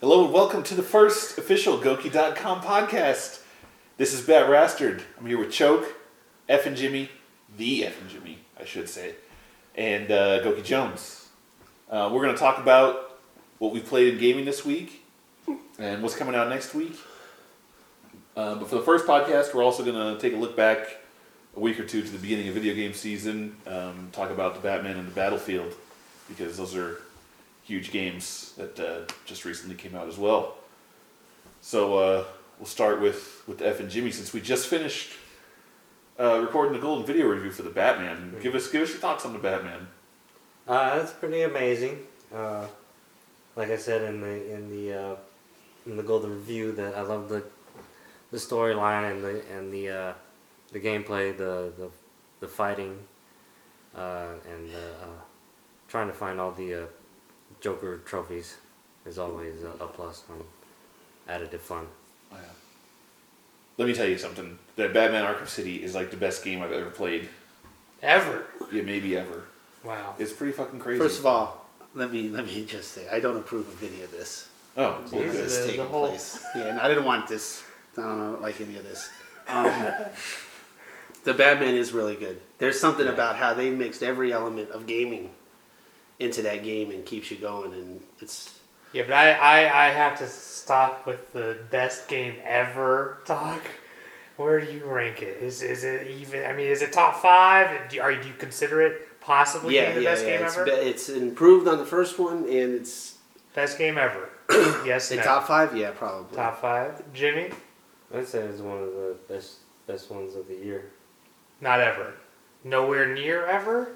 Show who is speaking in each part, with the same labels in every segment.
Speaker 1: Hello and welcome to the first official Goki.com podcast. This is Bat Rastard. I'm here with Choke, F and Jimmy, the F and Jimmy, I should say, and uh, Goki Jones. Uh, we're going to talk about what we played in gaming this week and what's coming out next week. Uh, but for the first podcast, we're also going to take a look back a week or two to the beginning of video game season, um, talk about the Batman and the Battlefield, because those are huge games that uh, just recently came out as well. So uh, we'll start with with F and Jimmy since we just finished uh, recording the golden video review for the Batman. Give us give us your thoughts on the Batman.
Speaker 2: Uh, that's pretty amazing. Uh, like I said in the in the uh, in the golden review, that I love the the storyline and the and the uh, the gameplay, the the the fighting, uh, and uh, uh, trying to find all the uh, Joker trophies is always a, a plus on additive fun.
Speaker 1: Let me tell you something. That Batman Arkham City is like the best game I've ever played.
Speaker 3: Ever.
Speaker 1: Yeah, maybe ever.
Speaker 3: Wow.
Speaker 1: It's pretty fucking crazy.
Speaker 4: First of all, let me let me just say I don't approve of any of this.
Speaker 1: oh, well,
Speaker 3: Jesus.
Speaker 1: good.
Speaker 4: This
Speaker 3: the-
Speaker 4: is
Speaker 3: the
Speaker 4: taking
Speaker 3: whole-
Speaker 4: place. Yeah, and I didn't want this. I don't like any of this. Um, the Batman is really good. There's something about how they mixed every element of gaming into that game and keeps you going, and it's
Speaker 3: Yeah, but I, I, I have to stop with the best game ever talk. Where do you rank it? Is is it even? I mean, is it top five? Do, are do you consider it possibly
Speaker 4: yeah,
Speaker 3: being the
Speaker 4: yeah,
Speaker 3: best
Speaker 4: yeah.
Speaker 3: game
Speaker 4: it's,
Speaker 3: ever?
Speaker 4: be- it's improved on the first one, and it's
Speaker 3: best game ever. yes.
Speaker 4: the
Speaker 3: no.
Speaker 4: top five. Yeah, probably.
Speaker 3: Top five. Jimmy,
Speaker 2: I'd say it's one of the best best ones of the year.
Speaker 3: not ever. Nowhere near ever.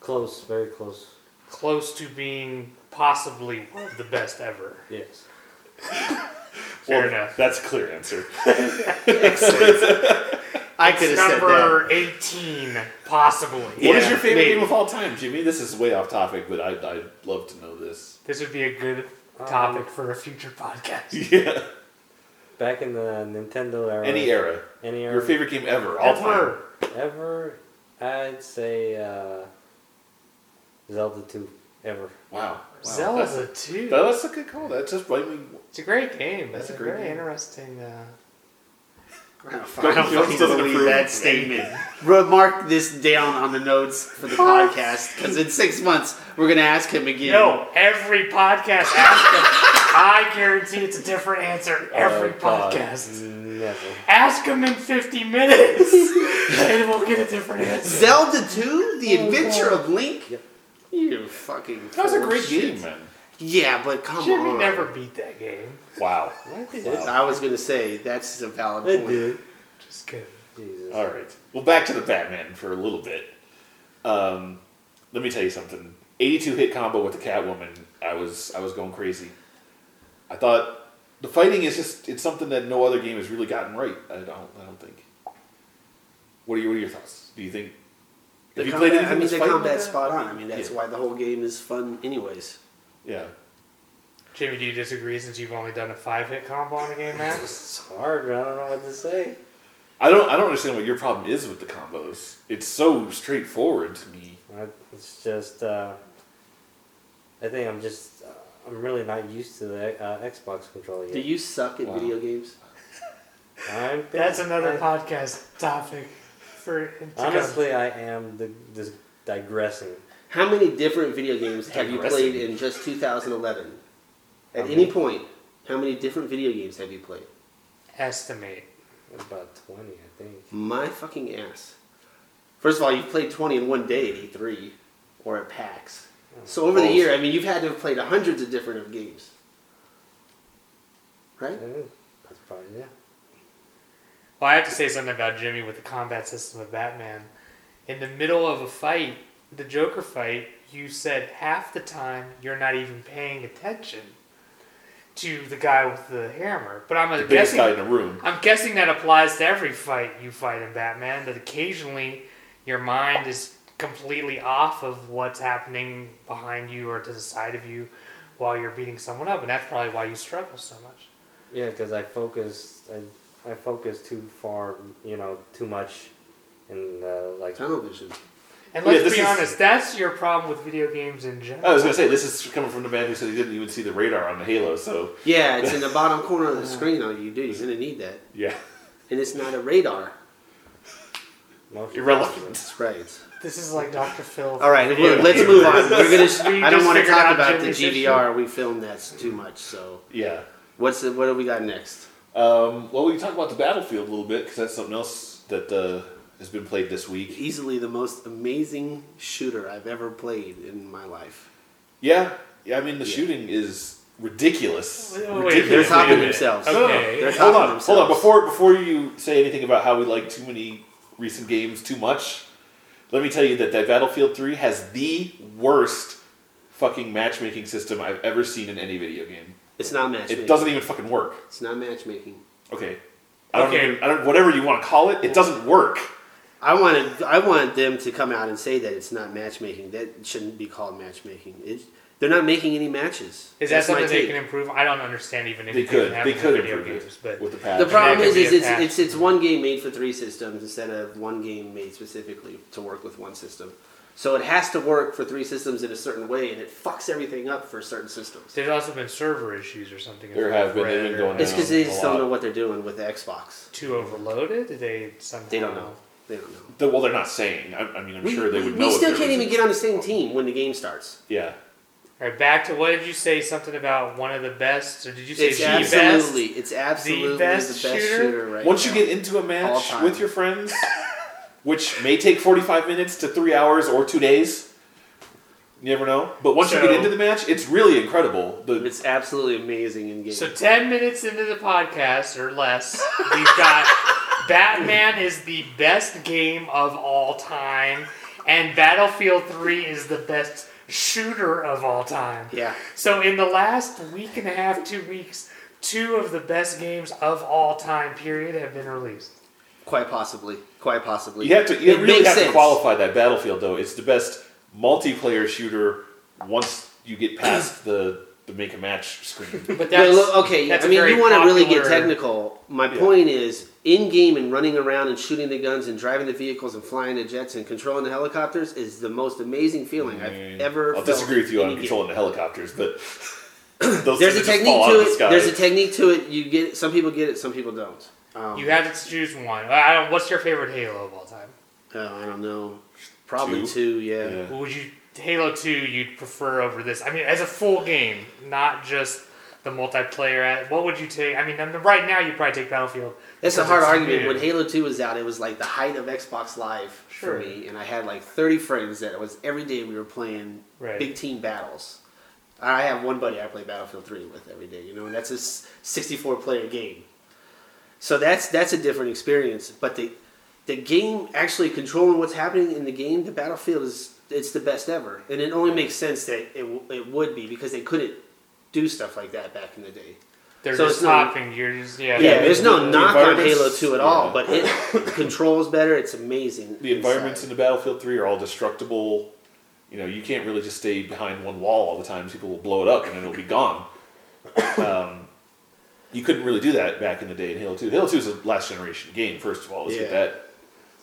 Speaker 2: Close, very close.
Speaker 3: Close to being possibly one of the best ever.
Speaker 2: Yes.
Speaker 3: Fair
Speaker 1: Well,
Speaker 3: enough.
Speaker 1: That's a clear answer.
Speaker 4: I could have said that.
Speaker 3: Number eighteen, possibly.
Speaker 4: Yeah,
Speaker 1: what is your favorite
Speaker 4: maybe.
Speaker 1: game of all time, Jimmy? This is way off topic, but I, I'd love to know this.
Speaker 3: This would be a good topic
Speaker 4: Um,
Speaker 3: for a future podcast.
Speaker 1: Yeah.
Speaker 2: Back in the Nintendo era.
Speaker 1: Any era.
Speaker 2: Any era.
Speaker 1: Your favorite game ever, all time.
Speaker 3: Ever.
Speaker 2: Ever, I'd say uh, Zelda 2. Ever.
Speaker 1: Wow. wow. That's,
Speaker 3: Zelda too.
Speaker 1: that- that's a good call. That's just I mean,
Speaker 3: It's a great game.
Speaker 1: That's
Speaker 3: It's
Speaker 1: a great
Speaker 3: very
Speaker 1: game.
Speaker 3: interesting. Uh,
Speaker 4: Ground
Speaker 1: Ground Fields doesn't approve.
Speaker 4: that statement. Remark this down on the notes for the podcast because in six months we're gonna ask him again.
Speaker 3: No, every podcast asks him. I guarantee it's a different answer every
Speaker 2: Oh, God.
Speaker 3: podcast.
Speaker 2: Never.
Speaker 3: Ask him in 50 minutes and we'll get a different answer.
Speaker 4: Zelda 2: The Adventure of Link.
Speaker 2: Yep.
Speaker 4: You fucking.
Speaker 1: that was a
Speaker 4: full
Speaker 1: great
Speaker 4: of
Speaker 1: game,
Speaker 4: shit.
Speaker 1: man.
Speaker 4: Yeah, but come
Speaker 3: Jimmy
Speaker 4: on.
Speaker 3: never beat that game.
Speaker 1: Wow.
Speaker 4: I was gonna say that's a valid
Speaker 2: It
Speaker 4: point.
Speaker 2: did.
Speaker 3: Just kidding.
Speaker 2: Jesus.
Speaker 1: All right. Well, back to the Batman for a little bit. Um, let me tell you something. 82 hit combo with the Catwoman. I was I was going crazy. I thought the fighting is just it's something that no other game has really gotten right. I don't I don't think. What are your, what are your thoughts? Do you think?
Speaker 4: The
Speaker 1: Have you
Speaker 4: combat,
Speaker 1: played anything
Speaker 4: I mean,
Speaker 1: that's
Speaker 4: the
Speaker 1: fighting
Speaker 4: combat's
Speaker 1: like that?
Speaker 4: spot on. I mean, that's
Speaker 1: Yeah.
Speaker 4: why the whole game is fun, anyways.
Speaker 1: Yeah.
Speaker 3: Jimmy, do you disagree since you've only done a five hit combo on a game, Max?
Speaker 2: It's hard, I don't know what to say.
Speaker 1: I don't I don't understand what your problem is with the combos. It's so straightforward to me.
Speaker 2: I- It's just, uh, I think I'm just, uh, I'm really not used to the uh, Xbox controller yet.
Speaker 4: Do you suck at
Speaker 1: Wow.
Speaker 4: video games?
Speaker 2: I'm,
Speaker 3: That's another
Speaker 2: I,
Speaker 3: podcast topic for.
Speaker 2: Honestly, I am the, this digressing.
Speaker 4: How many different video games have you
Speaker 1: Digressing.
Speaker 4: played in just 2011?
Speaker 2: How
Speaker 4: At any
Speaker 2: many?
Speaker 4: point, how many different video games have you played?
Speaker 3: estimate.
Speaker 2: About 20, I think.
Speaker 4: My fucking ass. First of all, you've played 20 in one day at E3 or at PAX. So over the
Speaker 1: Balls.
Speaker 4: year, I mean, you've had to have played hundreds of different of games. Right?
Speaker 2: Uh, That's probably, yeah.
Speaker 3: Well, I have to say something about Jimmy with the combat system of Batman. In the middle of a fight, the Joker fight, you said half the time you're not even paying attention to the guy with the hammer. But I'm
Speaker 1: The biggest
Speaker 3: guessing
Speaker 1: guy in the room.
Speaker 3: I'm guessing that applies to every fight you fight in Batman. That occasionally your mind is completely off of what's happening behind you or to the side of you while you're beating someone up, and that's probably why you struggle so much.
Speaker 2: Yeah, because I focused, I, I focused too far, you know, too much, and uh, like
Speaker 4: Television.
Speaker 3: And
Speaker 1: Yeah,
Speaker 3: let's
Speaker 1: this
Speaker 3: be
Speaker 1: is-
Speaker 3: honest, that's your problem with video games in general.
Speaker 1: I was gonna say this is coming from the man who said he didn't even see the radar on the Halo. So
Speaker 4: Yeah, it's in the bottom corner of the screen. All you do, you're gonna need that,
Speaker 1: yeah,
Speaker 4: and it's not a radar.
Speaker 2: Motion.
Speaker 1: irrelevant.
Speaker 4: That's right.
Speaker 3: This is like Dr. Phil.
Speaker 4: All right,
Speaker 1: Yeah.
Speaker 4: let's move on. We're gonna. s-
Speaker 3: We
Speaker 4: I don't
Speaker 3: just
Speaker 4: want to
Speaker 3: figured
Speaker 4: talk
Speaker 3: out
Speaker 4: about the
Speaker 3: Jimmy's
Speaker 4: GDR. We filmed that too much. So
Speaker 1: Yeah.
Speaker 4: what's the, what do we got next?
Speaker 1: Um, well, we can talk about the battlefield a little bit because that's something else that uh, has been played this week.
Speaker 4: Easily the most amazing shooter I've ever played in my life.
Speaker 1: Yeah, yeah. I mean, the shooting is ridiculous.
Speaker 3: Wait,
Speaker 1: ridiculous.
Speaker 3: wait,
Speaker 4: They're
Speaker 3: Wait a
Speaker 4: topping
Speaker 3: minute.
Speaker 4: themselves.
Speaker 1: No, no, no.
Speaker 3: Okay.
Speaker 4: They're
Speaker 1: Hold
Speaker 4: topping
Speaker 1: on, hold on.
Speaker 4: themselves.
Speaker 1: Before before you say anything about how we like too many recent games too much, let me tell you that that Battlefield Three has the worst fucking matchmaking system I've ever seen in any video game.
Speaker 4: It's not matchmaking.
Speaker 1: It
Speaker 3: e-
Speaker 1: doesn't even fucking work.
Speaker 4: It's not matchmaking.
Speaker 1: Okay. I don't
Speaker 3: Okay.
Speaker 1: even- I don't, whatever you want to call it, it doesn't work.
Speaker 4: I wanted I wanted them to come out and say that it's not matchmaking. That shouldn't be called matchmaking. It, they're not making any matches.
Speaker 3: Is that
Speaker 4: That's my
Speaker 3: something they
Speaker 4: take.
Speaker 3: can improve? I don't understand even if
Speaker 1: They could, they could
Speaker 3: video
Speaker 1: improve
Speaker 3: games,
Speaker 1: it
Speaker 3: but
Speaker 1: with the patch.
Speaker 4: The problem
Speaker 3: could
Speaker 4: is,
Speaker 3: be
Speaker 4: is
Speaker 3: a
Speaker 4: it's,
Speaker 3: patch.
Speaker 4: it's it's one game made for three systems instead of one game made specifically to work with one system. So it has to work for three systems in a certain way, and it fucks everything up for certain systems.
Speaker 3: there's also been server issues or something.
Speaker 1: There
Speaker 3: I've
Speaker 1: have been,
Speaker 3: read
Speaker 1: they've been
Speaker 3: or-
Speaker 1: going
Speaker 4: It's because they
Speaker 1: A
Speaker 4: just
Speaker 1: lot.
Speaker 4: don't know what they're doing with the Xbox.
Speaker 3: Too overloaded? Did they somehow?
Speaker 4: They don't know. They don't know.
Speaker 1: The- well, they're not saying. I, I mean, I'm
Speaker 4: We,
Speaker 1: sure they
Speaker 4: we-
Speaker 1: would
Speaker 4: we
Speaker 1: know. if there
Speaker 4: still can't
Speaker 1: was a-
Speaker 4: even get on the same team when the game starts.
Speaker 1: Yeah.
Speaker 3: All right, back to what did you say? Something about one of the best, or did you say
Speaker 4: It's
Speaker 3: the
Speaker 4: absolutely,
Speaker 3: best?
Speaker 4: it's absolutely the
Speaker 3: best
Speaker 4: best,
Speaker 3: shooter?
Speaker 4: shooter? right
Speaker 1: Once you
Speaker 4: now.
Speaker 1: get into a
Speaker 4: All
Speaker 1: match
Speaker 4: time.
Speaker 1: with your friends, which may take 45 minutes to three hours or two days, you never know. But once you
Speaker 3: So-
Speaker 1: get into the match, it's really incredible. The,
Speaker 4: It's absolutely amazing in game.
Speaker 3: So ten minutes into the podcast or less, we've got Batman is the best game of all time, and Battlefield Three is the best shooter of all time.
Speaker 4: yeah,
Speaker 3: So in the last week and a half, two weeks, two of the best games of all time period have been released.
Speaker 4: quite possibly, quite possibly.
Speaker 1: you have to you
Speaker 4: It
Speaker 1: really
Speaker 4: makes
Speaker 1: have to
Speaker 4: sense.
Speaker 1: qualify that battlefield though. It's the best multiplayer shooter once you get past the the make a match screen.
Speaker 3: But
Speaker 4: Well,
Speaker 3: that's
Speaker 4: look, okay,
Speaker 3: that's
Speaker 4: I
Speaker 3: a
Speaker 4: mean,
Speaker 3: very
Speaker 4: you want to really get
Speaker 3: popular-
Speaker 4: technical. My point is, in game and running around and shooting the guns and driving the vehicles and flying the jets and controlling the helicopters is the most amazing feeling I've ever.
Speaker 1: Mm. I'll
Speaker 4: felt
Speaker 1: disagree with you
Speaker 4: in
Speaker 1: on
Speaker 4: any game.
Speaker 1: controlling the helicopters, but those
Speaker 4: There's a
Speaker 1: things just
Speaker 4: technique
Speaker 1: fall out
Speaker 4: to
Speaker 1: of the
Speaker 4: it.
Speaker 1: sky.
Speaker 4: There's a technique to it. You get some people get it, some people don't. Um,
Speaker 3: You have to choose one. I don't, what's your favorite Halo of all time?
Speaker 4: oh, I don't know. Probably
Speaker 1: Two?
Speaker 4: two. yeah.
Speaker 1: Yeah.
Speaker 3: Would you Halo Two you'd prefer over this? I mean, as a full game, not just the multiplayer. at- What would you take? I mean, I mean, right now you probably take Battlefield.
Speaker 4: That's a
Speaker 3: because
Speaker 4: hard
Speaker 3: it's
Speaker 4: argument.
Speaker 3: new.
Speaker 4: When Halo 2 was out, it was like the height of Xbox Live
Speaker 3: Sure.
Speaker 4: for me, and I had like 30 friends that it was every day we were playing
Speaker 3: Right.
Speaker 4: big team battles. I have one buddy I play Battlefield 3 with every day, you know, and that's a s- 64 player game. So that's that's a different experience, but the the game actually controlling what's happening in the game, the Battlefield is it's the best ever, and it only makes sense that it w- it would be because they couldn't do stuff like that back in the day.
Speaker 3: they're
Speaker 4: so
Speaker 3: just
Speaker 4: it's not-
Speaker 3: hopping. You're just yeah.
Speaker 4: Yeah,
Speaker 1: Yeah,
Speaker 4: there's
Speaker 1: the-
Speaker 4: no
Speaker 1: the
Speaker 4: knock on
Speaker 1: environments-
Speaker 4: Halo 2 at all,
Speaker 1: yeah.
Speaker 4: but it controls better. It's amazing.
Speaker 1: the environments in
Speaker 4: inside.
Speaker 1: the Battlefield 3 are all destructible. You know, you can't really just stay behind one wall all the time. People will blow it up and then it'll be gone. Um, you couldn't really do that back in the day in Halo 2. Halo 2 is a last generation game, first of all. Let's get
Speaker 4: Yeah.
Speaker 1: that.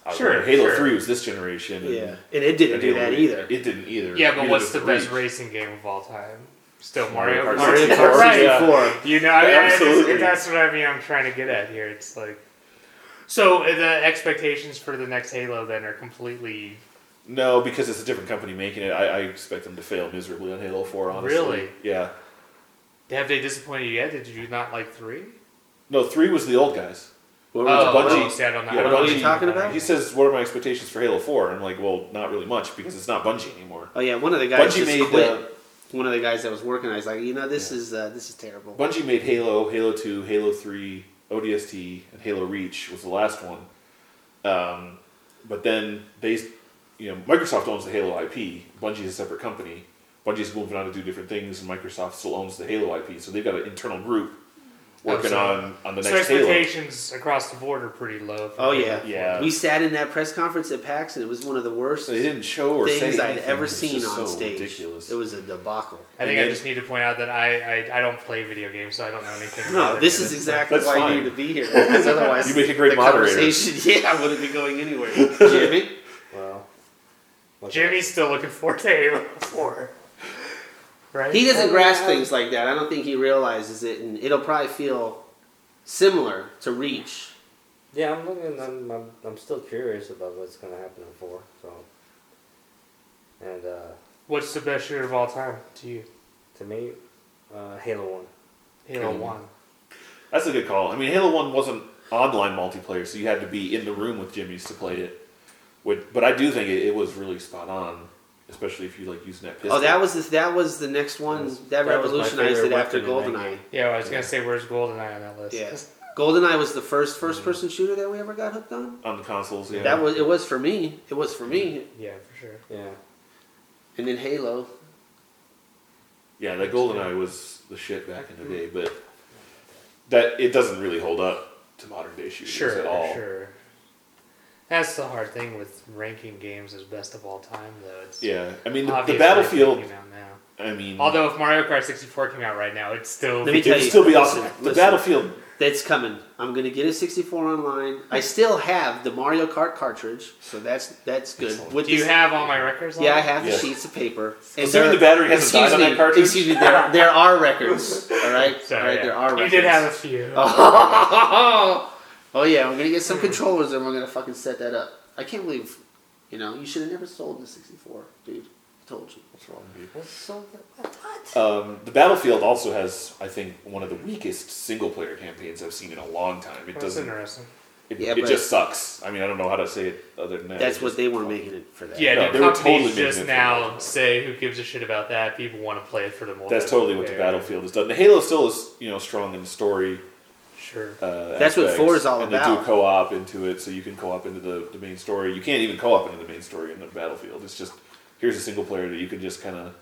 Speaker 1: out
Speaker 3: Sure,
Speaker 1: there. Halo
Speaker 3: sure.
Speaker 1: 3 was this generation. and-
Speaker 4: Yeah, and it didn't
Speaker 1: and
Speaker 4: do
Speaker 1: Halo-
Speaker 4: that either.
Speaker 1: It didn't either.
Speaker 3: Yeah, but
Speaker 1: Neither
Speaker 3: what's
Speaker 1: was
Speaker 3: the best
Speaker 1: Reach.
Speaker 3: racing game of all time? Still
Speaker 1: Mario
Speaker 3: Mario,
Speaker 1: Kart
Speaker 3: Kart.
Speaker 1: 64.
Speaker 3: Kart, right.
Speaker 1: Yeah.
Speaker 3: You know, I mean, I just-
Speaker 1: Absolutely.
Speaker 3: that's what I mean. I'm trying to get at here. It's like, so uh, the expectations for the next Halo then are completely
Speaker 1: No, because it's a different company making it. I, I expect them to fail miserably on Halo 4, honestly.
Speaker 3: Really?
Speaker 1: Yeah.
Speaker 3: Have they disappointed you yet? Did you not like three?
Speaker 1: No, 3 was the old guys. Oh,
Speaker 4: What
Speaker 1: Bungie.
Speaker 4: were we talking
Speaker 3: I
Speaker 4: about?
Speaker 3: said on that.
Speaker 1: Yeah,
Speaker 3: I don't
Speaker 1: Bungie-
Speaker 3: know
Speaker 1: What are you
Speaker 4: talking about?
Speaker 1: He says, "What are my expectations for Halo 4? And I'm like, "Well, not really much because it's not Bungie anymore."
Speaker 4: Oh yeah, one of the guys
Speaker 1: Bungie
Speaker 4: just
Speaker 1: made
Speaker 4: quit.
Speaker 1: uh,
Speaker 4: one of the guys that was working, I was like, you know, this is uh, this is terrible.
Speaker 1: Bungie made Halo, Halo 2, Halo 3, ODST, and Halo Reach was the last one. Um, but then they, you know, Microsoft owns the Halo IP. Bungie is a separate company. Bungie's moving on to do different things, and Microsoft still owns the Halo IP. So they've got an internal group working
Speaker 3: Absolutely.
Speaker 1: on on the
Speaker 3: So
Speaker 1: next Halo.
Speaker 3: expectations across the board are pretty low. for
Speaker 4: oh
Speaker 3: Halo.
Speaker 4: yeah,
Speaker 1: Yeah.
Speaker 4: We sat in that press conference at PAX, and it was one of the worst
Speaker 1: So they didn't show or
Speaker 4: things
Speaker 1: say
Speaker 4: I'd
Speaker 1: anything. It
Speaker 4: ever
Speaker 1: was
Speaker 4: seen
Speaker 1: just
Speaker 4: on
Speaker 1: so
Speaker 4: stage.
Speaker 1: Ridiculous.
Speaker 4: It was a debacle.
Speaker 3: I
Speaker 1: And
Speaker 3: think I
Speaker 1: then-
Speaker 3: just need to point out that I, I, I don't play video games, so I don't know anything. about
Speaker 4: No,
Speaker 3: it.
Speaker 4: this is exactly
Speaker 1: That's
Speaker 4: why
Speaker 1: fine.
Speaker 4: you need to be here. Because otherwise,
Speaker 1: You make a great
Speaker 4: the
Speaker 1: moderator.
Speaker 4: conversation- Yeah, I wouldn't be going anywhere. Jimmy,
Speaker 2: Well, Look
Speaker 3: Jimmy's still looking forward to Halo 4. Right?
Speaker 4: He doesn't grasp things like that. I don't think he realizes it, and it'll probably feel similar to Reach.
Speaker 2: Yeah, I'm looking. I'm, I'm, I'm still curious about what's gonna happen in four. So, and uh,
Speaker 3: What's the best shooter of all time to you?
Speaker 2: to me, uh, Halo One.
Speaker 3: Halo
Speaker 4: Mm.
Speaker 3: 1.
Speaker 1: That's a good call. I mean, Halo One wasn't online multiplayer, so you had to be in the room with Jimmy's to play it. With- But I do think it, it was really spot on, especially if you like using that pistol.
Speaker 4: Oh, that was this, that was the next one
Speaker 2: That was-
Speaker 4: that,
Speaker 2: that was my
Speaker 4: revolutionized
Speaker 2: favorite
Speaker 4: it after
Speaker 2: weapon in that
Speaker 4: GoldenEye.
Speaker 2: game.
Speaker 3: Yeah, I was going to say, where's GoldenEye on that list?
Speaker 4: Yeah, GoldenEye was the first
Speaker 2: Mm-hmm.
Speaker 4: first person shooter that we ever got hooked on.
Speaker 1: on the consoles. Yeah,
Speaker 4: That was it was for me. It was for me.
Speaker 3: Yeah, for sure.
Speaker 2: Yeah,
Speaker 4: And then Halo.
Speaker 1: yeah. That GoldenEye was the shit back in the day, but that it doesn't really hold up to modern day shooters
Speaker 3: Sure,
Speaker 1: at all.
Speaker 3: sure. That's the hard thing with ranking games as best of all time, though. It's
Speaker 1: Yeah, I mean the,
Speaker 3: obvious
Speaker 1: the
Speaker 3: that it
Speaker 1: battlefield.
Speaker 3: came out now.
Speaker 1: I mean,
Speaker 3: Although if Mario Kart 64 came out right now, it's still
Speaker 4: Let me
Speaker 1: it would
Speaker 4: you,
Speaker 1: still be
Speaker 4: listen,
Speaker 1: awesome. the
Speaker 4: listen.
Speaker 1: battlefield.
Speaker 4: That's coming. I'm gonna get a 64 online. I still have the Mario Kart cartridge, so that's that's good.
Speaker 1: Excellent.
Speaker 4: With
Speaker 3: Do you
Speaker 4: this-
Speaker 3: have all my records? on
Speaker 4: Yeah, I
Speaker 3: it?
Speaker 4: have the
Speaker 1: Yeah.
Speaker 4: sheets of paper.
Speaker 1: Considering the battery hasn't
Speaker 4: excuse
Speaker 1: died on
Speaker 4: me,
Speaker 1: that cartridge.
Speaker 4: Excuse me, there, there are records. All right,
Speaker 3: So,
Speaker 4: all right,
Speaker 3: yeah.
Speaker 4: there are
Speaker 3: You
Speaker 4: records.
Speaker 3: did have a few.
Speaker 4: Oh, oh yeah, I'm gonna get
Speaker 3: Hmm.
Speaker 4: some controllers and we're gonna fucking set that up. I can't believe, you know, you should have never sold the 64, dude. I told you.
Speaker 1: What's wrong with
Speaker 3: Hmm.
Speaker 1: you?
Speaker 2: What's so good?
Speaker 1: Um, the Battlefield also has, I think, one of the weakest single-player campaigns I've seen in a long time. It
Speaker 3: That's
Speaker 1: doesn't.
Speaker 3: interesting.
Speaker 1: It,
Speaker 4: Yeah,
Speaker 1: it
Speaker 4: but-
Speaker 1: just sucks. I mean, I don't know how to say it other than that.
Speaker 4: That's
Speaker 1: It's
Speaker 4: what
Speaker 1: just-
Speaker 4: they were making it for that.
Speaker 3: Yeah,
Speaker 1: No,
Speaker 3: no,
Speaker 1: they were
Speaker 3: companies
Speaker 1: totally making it
Speaker 3: just
Speaker 1: for
Speaker 3: now
Speaker 1: that.
Speaker 3: say who gives a shit about that. People want to play it for the multiplayer.
Speaker 1: That's totally what the Battlefield has done. The Halo still is, you know, strong in the story.
Speaker 3: Sure.
Speaker 1: Uh,
Speaker 4: That's what
Speaker 1: aspects,
Speaker 4: four is all
Speaker 1: and They do
Speaker 4: about.
Speaker 1: co-op into it, so you can co-op into the, the main story. You can't even co-op into the main story in the Battlefield. It's just here's a single player that you can just kind of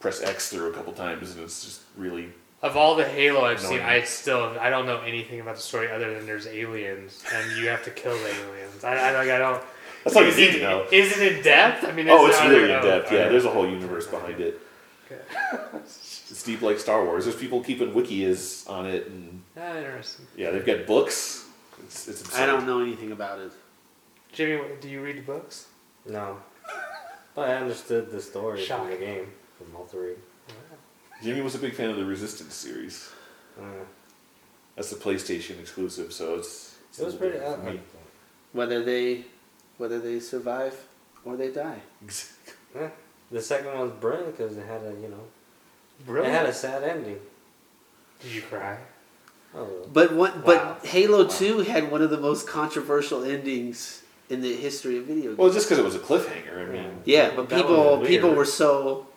Speaker 1: press X through a couple times, and it's just really
Speaker 3: Of all the Halo I've seen,
Speaker 1: Annoying.
Speaker 3: I still I don't know anything about the story other than there's aliens and you have to kill the aliens. I, I like I don't.
Speaker 1: that's all you
Speaker 3: is
Speaker 1: need
Speaker 3: it-
Speaker 1: to know.
Speaker 3: Is it in depth? I mean,
Speaker 1: Oh, it's
Speaker 3: not-
Speaker 1: really
Speaker 3: oh,
Speaker 1: in depth. Yeah,
Speaker 3: alright.
Speaker 1: there's a whole universe behind it.
Speaker 3: Okay.
Speaker 1: It's deep like Star Wars. There's people keeping wikis on it, and
Speaker 3: Ah, interesting.
Speaker 1: yeah, they've got books. It's, it's absurd.
Speaker 4: I don't know anything about it.
Speaker 3: Jimmy, what- do you read the books?
Speaker 2: No, but I understood the story
Speaker 3: Shock.
Speaker 2: from the game from all three.
Speaker 1: Jimmy was a big fan of the Resistance series.
Speaker 2: Uh,
Speaker 1: That's the PlayStation exclusive, so it's. it's
Speaker 2: it was
Speaker 1: a
Speaker 2: pretty. uh, I,
Speaker 1: little
Speaker 2: I,
Speaker 1: different
Speaker 4: Whether they, whether they survive or they die.
Speaker 1: for me.
Speaker 2: eh. The second one was brilliant because it had a you know
Speaker 3: Really?
Speaker 2: it had a sad ending.
Speaker 3: Did you cry?
Speaker 2: Oh,
Speaker 4: But what?
Speaker 3: Wow.
Speaker 4: But Halo Two had one of the most controversial endings in the history of video games.
Speaker 1: Well, just because it was a cliffhanger, I mean.
Speaker 4: yeah, but
Speaker 3: that
Speaker 4: people
Speaker 3: was
Speaker 4: people
Speaker 3: weird.
Speaker 4: were so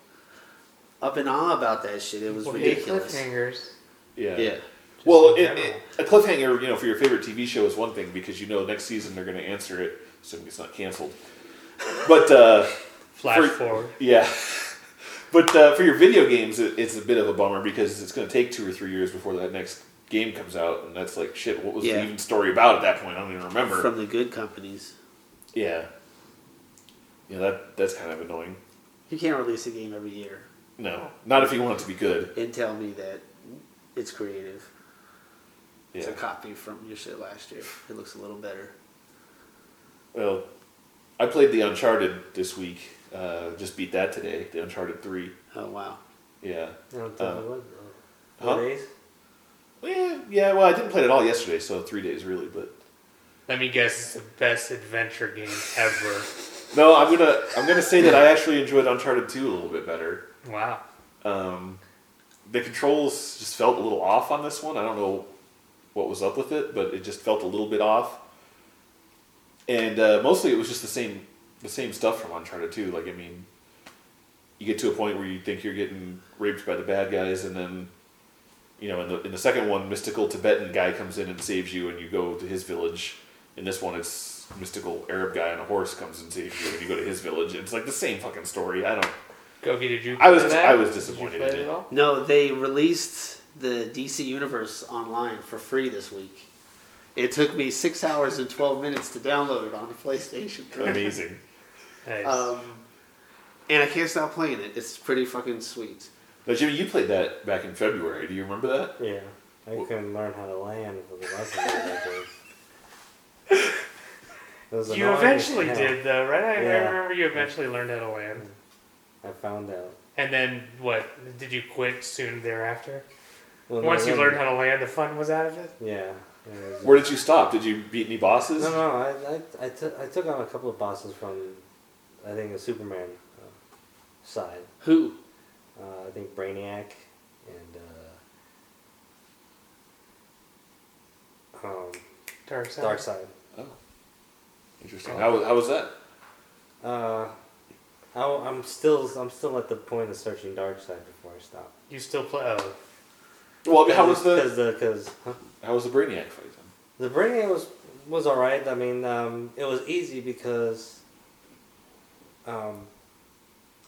Speaker 4: up in awe about that shit. It was
Speaker 3: Well, hey,
Speaker 4: ridiculous.
Speaker 3: cliffhangers.
Speaker 1: Yeah.
Speaker 4: Yeah.
Speaker 1: Well,
Speaker 3: in
Speaker 1: it,
Speaker 3: general.
Speaker 1: it- a cliffhanger, you know, for your favorite TV show is one thing because you know next season they're going to answer it, assuming it's not canceled. But, uh,
Speaker 3: Flash
Speaker 1: For-
Speaker 3: forward.
Speaker 1: yeah. But uh, for your video games, it, it's a bit of a bummer because it's going to take two or three years before that next game comes out, and that's like, shit, what was
Speaker 4: Yeah.
Speaker 1: the even story about at that point? I don't even remember.
Speaker 4: From the good companies,
Speaker 1: yeah. Yeah, that, that's kind of annoying.
Speaker 4: you can't release a game every year
Speaker 1: No, not if you want it to be good.
Speaker 4: and tell me that it's creative. It's
Speaker 1: Yeah.
Speaker 4: a copy from your shit last year. It looks a little better.
Speaker 1: Well, I played the Uncharted this week. Uh, just beat that today. The Uncharted Three.
Speaker 4: Oh wow.
Speaker 1: Yeah.
Speaker 2: I
Speaker 3: Um,
Speaker 2: don't think
Speaker 1: Uh,
Speaker 2: it was. though.
Speaker 1: huh?
Speaker 2: Four days?
Speaker 1: Well, yeah. Yeah. Well, I didn't play it at all yesterday, so three days really. But
Speaker 3: Let me guess, it's the best adventure game ever.
Speaker 1: no, I'm gonna I'm gonna say that I actually enjoyed Uncharted Two a little bit better.
Speaker 3: wow.
Speaker 1: Um, the controls just felt a little off on this one. I don't know what was up with it, but it just felt a little bit off. And uh, mostly, it was just the same the same stuff from Uncharted Two. Like, I mean, you get to a point where you think you're getting raped by the bad guys, and then you know, in the in the second one, mystical Tibetan guy comes in and saves you, and you go to his village. In this one, it's mystical Arab guy on a horse comes and saves you, and you go to his village. It's like the same fucking story. I don't.
Speaker 3: Goki, did you?
Speaker 1: I was-
Speaker 3: play that?
Speaker 1: I was
Speaker 3: Did you
Speaker 1: disappointed
Speaker 3: play
Speaker 1: in
Speaker 3: it
Speaker 1: it.
Speaker 3: at
Speaker 2: Um,
Speaker 3: all?
Speaker 4: No, they released the DC Universe online for free this week. It took me six hours and twelve minutes to download it on the PlayStation 3.
Speaker 1: Amazing.
Speaker 3: Nice.
Speaker 4: Um, and I can't stop playing it. It's pretty fucking sweet.
Speaker 1: Now, Jimmy, you played that back in February. Do you remember that?
Speaker 2: Yeah, I
Speaker 1: Wh-
Speaker 2: couldn't learn how to land for the life of me. that day. It was
Speaker 3: You
Speaker 2: annoying as
Speaker 3: eventually
Speaker 2: hell.
Speaker 3: did, though, right? I, I
Speaker 2: Yeah.
Speaker 3: remember you eventually learned how to land.
Speaker 2: I found out.
Speaker 3: And then what? Did you quit soon thereafter?
Speaker 2: Well,
Speaker 3: Once
Speaker 2: no,
Speaker 3: you
Speaker 2: no,
Speaker 3: learned how to land, the fun was out of it.
Speaker 2: Yeah. it was-
Speaker 1: Where did you stop? Did you beat any bosses?
Speaker 2: No, no, I, I, I, took, I took on a couple of bosses from, I think, the Superman uh, side.
Speaker 4: Who?
Speaker 2: Uh, I think Brainiac and. Uh, um,
Speaker 3: Dark side.
Speaker 2: Dark Side.
Speaker 1: Oh, interesting. How was how was that?
Speaker 2: Uh, I, I'm still I'm still at the point of searching Dark Side before I stop.
Speaker 3: You still play? Oh,
Speaker 1: Well, I mean, how was the
Speaker 2: Because the because huh?
Speaker 1: how was the Brainiac fight? Then?
Speaker 2: the Brainiac was was all right. I mean, um, it was easy because um,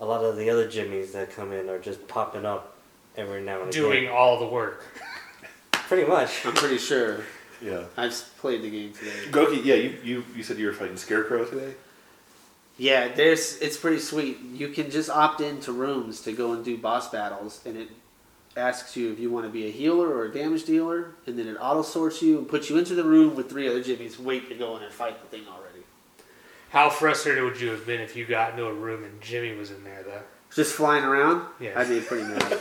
Speaker 2: a lot of the other Jimmies that come in are just popping up every now and
Speaker 3: doing
Speaker 2: again.
Speaker 3: all the work.
Speaker 2: pretty much.
Speaker 4: I'm pretty sure
Speaker 1: Yeah,
Speaker 4: I've s- played the game today.
Speaker 1: Goki. Yeah, you, you you said you were fighting Scarecrow today.
Speaker 4: Yeah, there's. It's pretty sweet. You can just opt into rooms to go and do boss battles, and it asks you if you want to be a healer or a damage dealer, and then it auto sorts you and puts you into the room with three other jimmies waiting to go in and fight the thing already.
Speaker 3: How frustrated would you have been if you got into a room and Jimmy was in there though?
Speaker 4: Just flying around.
Speaker 3: Yeah.
Speaker 4: I'd be pretty mad.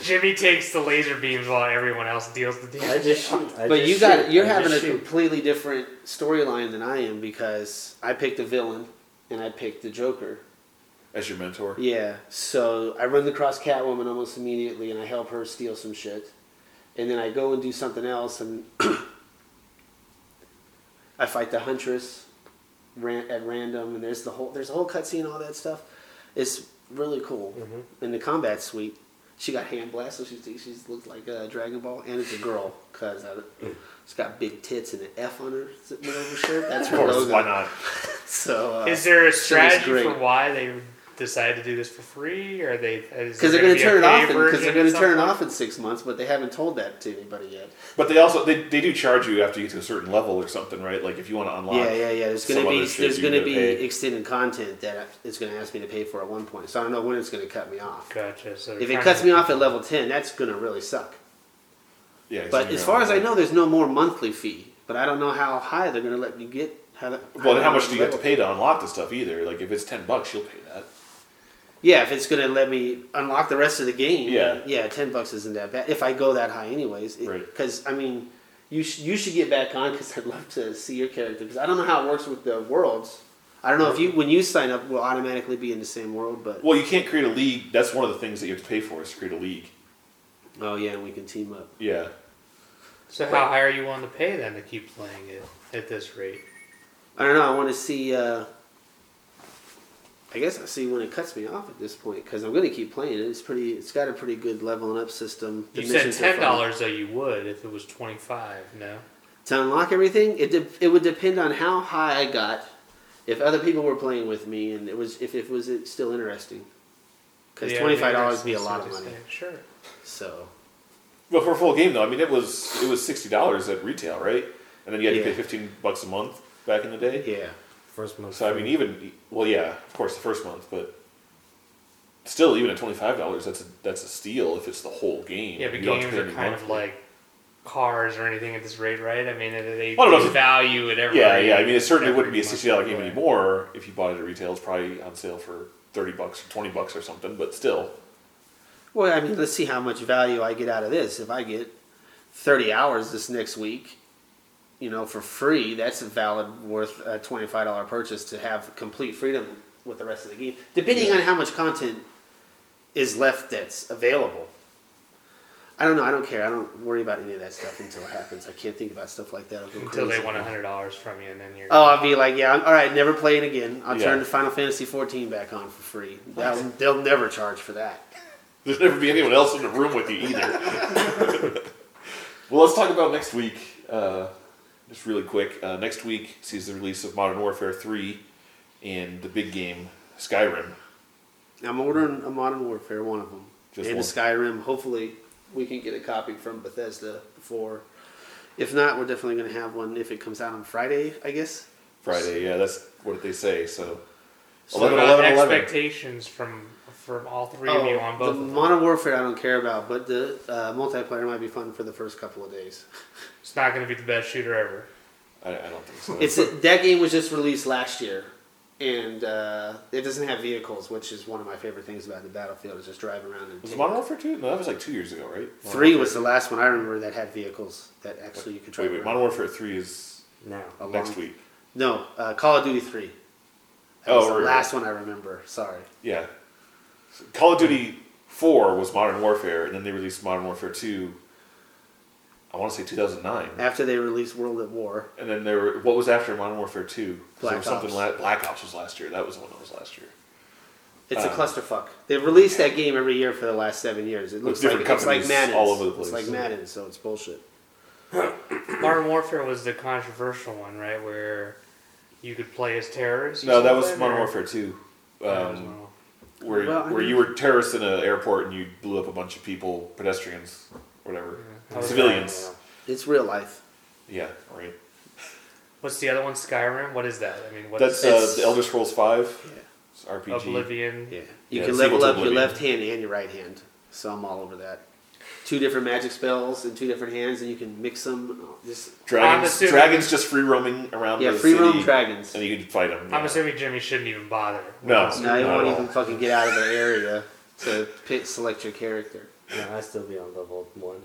Speaker 3: Jimmy takes the laser beams while everyone else deals the
Speaker 2: I
Speaker 3: damage.
Speaker 2: just shoot. I
Speaker 4: But
Speaker 2: just
Speaker 4: you got
Speaker 2: shoot,
Speaker 4: you're
Speaker 2: I
Speaker 4: having a
Speaker 2: just shoot.
Speaker 4: completely different storyline than I am because I picked a villain and I picked the Joker.
Speaker 1: As your mentor.
Speaker 4: Yeah. So I run across Catwoman almost immediately and I help her steal some shit. And then I go and do something else and I fight the Huntress ran- at random and there's the whole there's a whole cutscene all that stuff. It's really cool.
Speaker 1: Mm-hmm.
Speaker 4: And the combat suite, she got hand blasts, so she she looks like a Dragon Ball, and it's a girl because
Speaker 1: Mm.
Speaker 4: she's got big tits and an F on her sitting over her shirt. That's
Speaker 1: Of
Speaker 4: her
Speaker 1: course,
Speaker 4: logo.
Speaker 1: why not?
Speaker 4: So uh,
Speaker 3: Is there a strategy
Speaker 4: great.
Speaker 3: for why they decided to do this for free? Or they because
Speaker 4: Because they're going to turn it off. Because they're going to turn it off in six months, but they haven't told that to anybody yet.
Speaker 1: But they also they, they do charge you after you get to a certain level or something, right? Like if you want to unlock.
Speaker 4: Yeah, yeah, yeah. There's going
Speaker 1: some
Speaker 4: to be
Speaker 1: other shit
Speaker 4: there's
Speaker 1: you
Speaker 4: going to
Speaker 1: gotta
Speaker 4: be
Speaker 1: pay.
Speaker 4: extended content that it's going to ask me to pay for at one point. So I don't know when it's going to cut me off.
Speaker 3: Gotcha. So
Speaker 4: If it cuts me off at level ten, that's going to really suck.
Speaker 1: Yeah,
Speaker 4: But as far as I know, there's no more monthly fee. But I don't know how high they're going to let me get. How the,
Speaker 1: Well, then how much do you have
Speaker 4: level-
Speaker 1: to pay to unlock the stuff? Either like if it's ten bucks, you'll pay that.
Speaker 4: Yeah, if it's going to let me unlock the rest of the game.
Speaker 1: Yeah.
Speaker 4: Yeah, 10 bucks isn't that bad. If I go that high anyways.
Speaker 1: Right.
Speaker 4: Because, I mean, you, sh- you should get back on because I'd love to see your character. Because I don't know how it works with the worlds. I don't know if you, when you sign up, will automatically be in the same world, but.
Speaker 1: Well, you can't create a league. That's one of the things that you have to pay for is to create a league.
Speaker 4: Oh, yeah, and we can team up.
Speaker 1: Yeah.
Speaker 3: So how high are you willing to pay then to keep playing it at this rate?
Speaker 4: I don't know. I want to see, uh. I guess I'll see when it cuts me off at this point because I'm going to keep playing it. It's pretty. It's got a pretty good leveling up system. The
Speaker 3: You said
Speaker 4: missions are fun.
Speaker 3: ten dollars though you would if it was twenty five. No.
Speaker 4: to unlock everything it, de- it would depend on how high i got if other people were playing with me and it was if it was still interesting because $25
Speaker 3: Yeah, maybe
Speaker 4: would be a
Speaker 3: that's
Speaker 4: lot of
Speaker 3: what
Speaker 4: money
Speaker 3: they say. Sure.
Speaker 4: so
Speaker 1: But for a full game though, I mean, it was it was sixty dollars at retail, right? And then you had to
Speaker 4: Yeah.
Speaker 1: pay fifteen bucks a month back in the day.
Speaker 4: yeah
Speaker 2: First month.
Speaker 1: So I mean, even well, yeah, of course, the first month, but still, even at twenty five dollars, that's a that's a steal if it's the whole game.
Speaker 3: Yeah, but
Speaker 1: You don't have to
Speaker 3: games
Speaker 1: pay
Speaker 3: are
Speaker 1: any
Speaker 3: kind of
Speaker 1: monthly.
Speaker 3: like cars or anything at this rate, right? I mean, they, they
Speaker 1: Well, I don't know if it-
Speaker 3: value at every.
Speaker 1: yeah, yeah. I mean, it certainly
Speaker 3: every
Speaker 1: wouldn't be a
Speaker 3: month.
Speaker 1: sixty dollar game
Speaker 3: Right.
Speaker 1: anymore if you bought it at retail. It's probably on sale for thirty bucks or twenty bucks or something, but still,
Speaker 4: well i mean let's see how much value i get out of this if i get 30 hours this next week you know for free that's a valid worth a $25 purchase to have complete freedom with the rest of the game depending
Speaker 1: Yeah.
Speaker 4: on how much content is left that's available I don't know. I don't care. I don't worry about any of that stuff until it happens. I can't think about stuff like that. I'll go
Speaker 3: Until they
Speaker 4: crazy.
Speaker 3: want hundred dollars from you, and then you're.
Speaker 4: Oh, I'll be like, yeah, I'm, all right, never playing again. I'll
Speaker 1: Yeah.
Speaker 4: turn the Final Fantasy 14 back on for free. That'll, they'll never charge for that.
Speaker 1: there'd never be anyone else in the room with you either. well, let's talk about next week. Uh, just really quick. Uh, next week sees the release of Modern Warfare three and the big game Skyrim.
Speaker 4: I'm ordering a Modern Warfare, one of them,
Speaker 1: Just
Speaker 4: and
Speaker 1: one.
Speaker 4: a Skyrim. Hopefully, we can get a copy from Bethesda before. If not, we're definitely going to have one if it comes out on Friday, I guess.
Speaker 1: Friday. Yeah, that's what they say. So,
Speaker 4: So
Speaker 3: What
Speaker 1: 11,
Speaker 3: about
Speaker 1: 11, 11.
Speaker 3: expectations from from all three of Oh, you on both.
Speaker 4: the
Speaker 3: of them?
Speaker 4: Modern Warfare I don't care about, but the uh, multiplayer might be fun for the first couple of days.
Speaker 3: It's not going to be the best shooter ever.
Speaker 1: I, I don't think so.
Speaker 4: It's that game was just released last year, and uh, it doesn't have vehicles, which is one of my favorite things about the Battlefield is just driving around. And
Speaker 1: was
Speaker 4: take-
Speaker 1: it Modern Warfare two? No, that was like two years ago, right? Modern
Speaker 4: Three
Speaker 1: Warfare-
Speaker 4: was the last one I remember that had vehicles that actually you could drive.
Speaker 1: Wait, wait.
Speaker 4: around.
Speaker 1: Modern Warfare three is
Speaker 2: now.
Speaker 4: A long-
Speaker 1: next week.
Speaker 4: No, uh, Call of Duty Three. That
Speaker 1: Oh,
Speaker 4: was the
Speaker 1: right, right.
Speaker 4: last one I remember. Sorry.
Speaker 1: Yeah. So Call of Duty 4 was Modern Warfare, and then they released Modern Warfare 2, I want to say 2009.
Speaker 4: After they released World at War,
Speaker 1: And then there were, what was after Modern Warfare 2?
Speaker 4: Black
Speaker 1: there was something
Speaker 4: Ops.
Speaker 1: La- Black Ops was last year. That was the one that was last year.
Speaker 4: it's
Speaker 1: Uh,
Speaker 4: a clusterfuck. They've released that game every year for the last seven years. It looks like
Speaker 1: different
Speaker 4: it's like
Speaker 1: companies
Speaker 4: Madden.
Speaker 1: all over the
Speaker 4: It's
Speaker 1: place.
Speaker 4: like Madden, so it's bullshit.
Speaker 3: Modern Warfare was the controversial one, right? Where you could play as terrorists. or
Speaker 1: No, that was
Speaker 3: something,
Speaker 1: Modern
Speaker 3: or-
Speaker 1: Warfare 2.
Speaker 3: That was
Speaker 1: Um,
Speaker 3: Modern Warfare.
Speaker 1: where
Speaker 4: Well, I
Speaker 1: where
Speaker 4: mean-
Speaker 1: you were terrorists in an airport and you blew up a bunch of people, pedestrians, whatever.
Speaker 3: Yeah.
Speaker 1: Civilians.
Speaker 4: It's real life.
Speaker 1: Yeah, right.
Speaker 3: What's the other one? Skyrim. What is that? I mean, what's
Speaker 1: That's uh,
Speaker 4: It's-
Speaker 1: the Elder Scrolls 5.
Speaker 4: Yeah.
Speaker 1: It's RPG.
Speaker 3: Oblivion?
Speaker 4: Yeah. You
Speaker 1: Yeah,
Speaker 4: can
Speaker 1: it's
Speaker 4: level
Speaker 1: equal to
Speaker 4: up your
Speaker 1: Oblivion.
Speaker 4: left hand and your right hand. So I'm all over that. Two different magic spells and two different hands, and you can mix them. Just
Speaker 3: I'm
Speaker 1: Dragons,
Speaker 3: assuming-
Speaker 1: dragons just free roaming around
Speaker 4: yeah,
Speaker 1: the
Speaker 4: free
Speaker 1: city.
Speaker 4: roam dragons.
Speaker 1: And you can fight them.
Speaker 3: I'm assuming Jimmy shouldn't even bother.
Speaker 1: No.
Speaker 4: Now you
Speaker 1: Not
Speaker 4: won't
Speaker 1: at all.
Speaker 4: even fucking get out of the area to pit select your character.
Speaker 2: No, I still be on level one.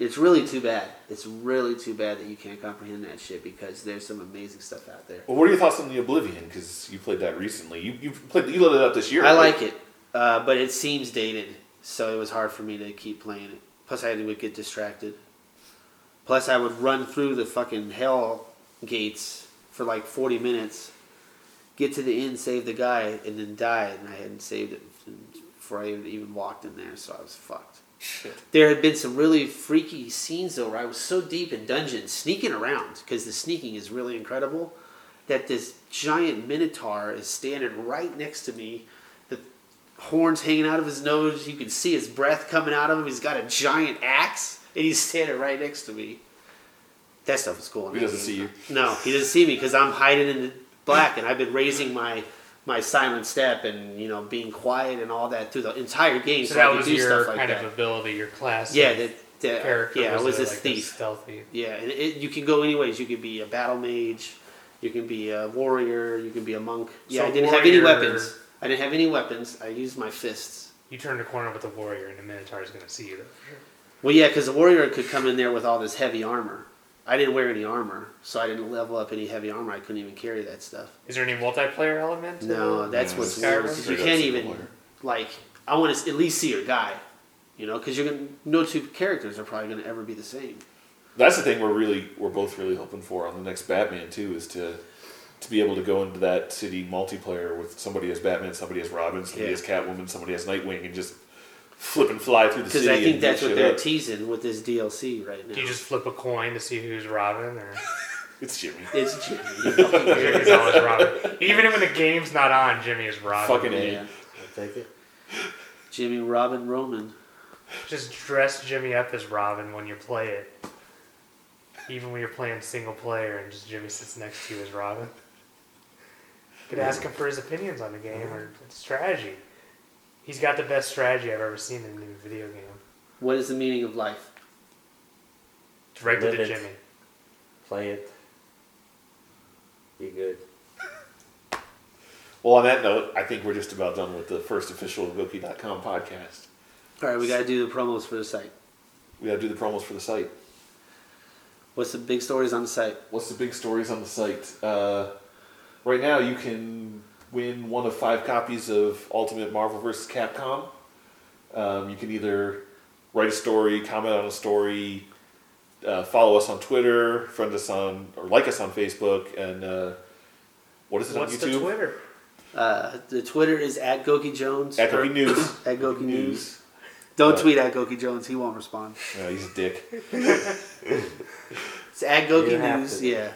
Speaker 4: It's really too bad. It's really too bad that you can't comprehend that shit because there's some amazing stuff out there.
Speaker 1: Well, what are your thoughts on the Oblivion? Because you played that recently. You you played you loaded it up this year.
Speaker 4: I like it, uh, but it seems dated, so it was hard for me to keep playing it. Plus, I would get distracted. Plus, I would run through the fucking hell gates for like 40 minutes, get to the end, save the guy, and then die. And I hadn't saved it before I even walked in there, so I was fucked. There had been some really freaky scenes though, where I was so deep in dungeons, sneaking around because the sneaking is really incredible. That this giant minotaur is standing right next to me, the horns hanging out of his nose. You can see his breath coming out of him. He's got a giant axe, and he's standing right next to me. That stuff is cool.
Speaker 1: He doesn't see you.
Speaker 4: No, he doesn't see me because I'm hiding in the black, and I've been raising my my silent step and you know being quiet and all that through the entire game.
Speaker 3: So,
Speaker 4: So, I
Speaker 3: that
Speaker 4: could
Speaker 3: was
Speaker 4: do
Speaker 3: your
Speaker 4: stuff like
Speaker 3: kind
Speaker 4: that.
Speaker 3: of ability, your class.
Speaker 4: Yeah,
Speaker 3: of
Speaker 4: that, that
Speaker 3: character.
Speaker 4: yeah, it was
Speaker 3: a,
Speaker 4: this
Speaker 3: like, a
Speaker 4: thief.
Speaker 3: stealthy.
Speaker 4: yeah, and it, you can go any ways. You could be a battle mage, you can be a warrior, you can be a monk. Yeah,
Speaker 3: So
Speaker 4: I didn't have any
Speaker 3: warrior-
Speaker 4: weapons. I didn't have any weapons. I used my fists.
Speaker 3: You turn the corner with a warrior, and the minotaur is going to see you.
Speaker 4: Well, yeah, because the warrior could come in there with all this heavy armor. I didn't wear any armor, so I didn't level up any heavy armor. I couldn't even carry that stuff.
Speaker 3: Is there any multiplayer element? to
Speaker 4: No, that's
Speaker 1: Yeah,
Speaker 4: what's
Speaker 3: Skyrim?
Speaker 4: weird. is You
Speaker 1: Straight up
Speaker 4: can't
Speaker 1: single
Speaker 4: even
Speaker 1: player.
Speaker 4: like. I want to at least see your guy, you know, because you're gonna no two characters are probably gonna ever be the same.
Speaker 1: That's the thing we're really we're both really hoping for on the next Batman too is to to be able to go into that city multiplayer with somebody as Batman, somebody as Robin, somebody
Speaker 4: Yeah.
Speaker 1: as Catwoman, somebody as Nightwing, and just flip and fly through the
Speaker 4: Because
Speaker 1: city.
Speaker 4: I think
Speaker 1: and
Speaker 4: that's
Speaker 1: beat
Speaker 4: what
Speaker 1: shit
Speaker 4: they're
Speaker 1: up.
Speaker 4: teasing with this DLC right now.
Speaker 3: Do you just flip a coin to see who's Robin, or
Speaker 1: it's Jimmy.
Speaker 4: it's Jimmy. you fucking idiot.
Speaker 3: Jimmy's always Robin? Even when the game's not on, Jimmy is Robin.
Speaker 1: Fucking idiot.
Speaker 4: Yeah.
Speaker 2: I'll take it.
Speaker 4: Jimmy Robin Roman.
Speaker 3: Just dress Jimmy up as Robin when you play it. Even when you're playing single player and just Jimmy sits next to you as Robin. Could ask him for his opinions on the game or strategy. He's got the best strategy I've ever seen in a video game.
Speaker 4: What is the meaning of life?
Speaker 3: Directed
Speaker 2: Live
Speaker 3: to
Speaker 2: it.
Speaker 3: Jimmy.
Speaker 2: Play it. Be good.
Speaker 1: Well, on that note, I think we're just about done with the first official Goki.com podcast.
Speaker 4: All right, we got to do the promos for the site.
Speaker 1: We gotta do the promos for the site.
Speaker 4: What's the big stories on the site?
Speaker 1: What's the big stories on the site? Uh, right now, you can win one of five copies of Ultimate Marvel vs. Capcom. Um, you can either write a story, comment on a story, uh, follow us on Twitter, friend us on, or like us on Facebook, and uh, what is it
Speaker 3: What's
Speaker 1: on
Speaker 3: the
Speaker 1: YouTube?
Speaker 3: Twitter?
Speaker 4: Uh, the Twitter is at Goki Jones.
Speaker 1: At Goki News.
Speaker 4: At Goki News. Don't
Speaker 1: Uh,
Speaker 4: tweet at Goki Jones. He won't respond.
Speaker 1: Yeah, he's a dick.
Speaker 4: It's at Goki
Speaker 2: You have
Speaker 4: News.
Speaker 2: to.
Speaker 4: Yeah.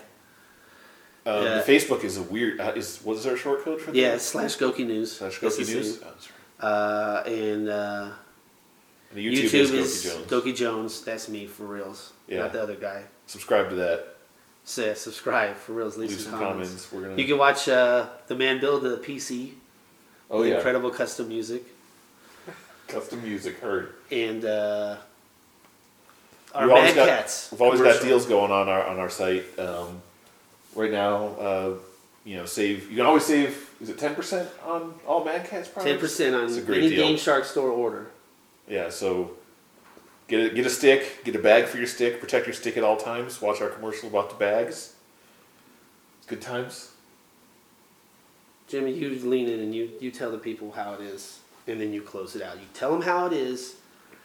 Speaker 1: Um,
Speaker 4: Yeah.
Speaker 1: The Facebook is a weird. Uh, is what is our short code for that?
Speaker 4: Yeah, it's slash Goki News.
Speaker 1: Slash
Speaker 4: It's
Speaker 1: Goki
Speaker 4: the
Speaker 1: News.
Speaker 4: same.
Speaker 1: Oh, that's right.
Speaker 4: Uh, and uh,
Speaker 1: And the
Speaker 4: YouTube,
Speaker 1: YouTube,
Speaker 4: is,
Speaker 1: is Goki Jones.
Speaker 4: Goki Jones. That's me for reals.
Speaker 1: Yeah.
Speaker 4: Not the other guy.
Speaker 1: Subscribe to that.
Speaker 4: So yeah, subscribe for reals. Leave,
Speaker 1: Leave
Speaker 4: some,
Speaker 1: some
Speaker 4: comments.
Speaker 1: comments. We're gonna.
Speaker 4: You can watch uh, the man build the PC.
Speaker 1: oh
Speaker 4: with
Speaker 1: yeah.
Speaker 4: Incredible custom music
Speaker 1: Custom music heard.
Speaker 4: and uh, our
Speaker 1: We've always
Speaker 4: Mad
Speaker 1: got-
Speaker 4: Cats.
Speaker 1: We've always got
Speaker 4: commercial.
Speaker 1: deals going on our on our site. Um, right now, uh, you know, save you can always save. Is it ten percent on all Mad Cats products?
Speaker 4: Ten percent on
Speaker 1: It's a great
Speaker 4: any
Speaker 1: deal.
Speaker 4: Game Shark store order.
Speaker 1: Yeah, so get a, get a stick, get a bag for your stick, protect your stick at all times. Watch our commercial about the bags. It's good times.
Speaker 4: Jimmy, you lean in and you, you tell the people how it is, and then you close it out. You tell them how it is,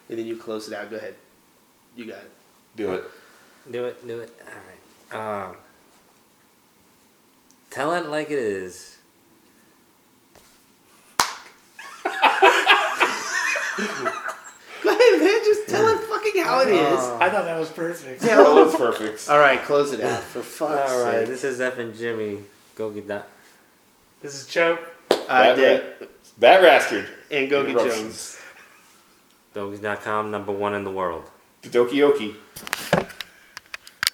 Speaker 4: and then you close it out. Go ahead. You got it.
Speaker 1: Do it.
Speaker 2: Do it, do it. All right. Um, tell it like it is.
Speaker 4: Go ahead, man. Just tell them fucking how it
Speaker 2: Oh.
Speaker 4: is.
Speaker 3: I thought that was perfect.
Speaker 1: That
Speaker 4: Tell
Speaker 1: was
Speaker 4: them.
Speaker 1: perfect.
Speaker 4: All right, close it out for fuck's
Speaker 2: All right,
Speaker 4: sake.
Speaker 2: this is F and Jimmy. Go get that.
Speaker 3: This is Choke.
Speaker 4: Uh,
Speaker 1: Bat
Speaker 4: Dick
Speaker 1: Ra- Bat Rastard.
Speaker 4: and Gogi
Speaker 1: Interruptions.
Speaker 4: Jones.
Speaker 2: Dogs.com, number one in the world.
Speaker 1: Dokioki.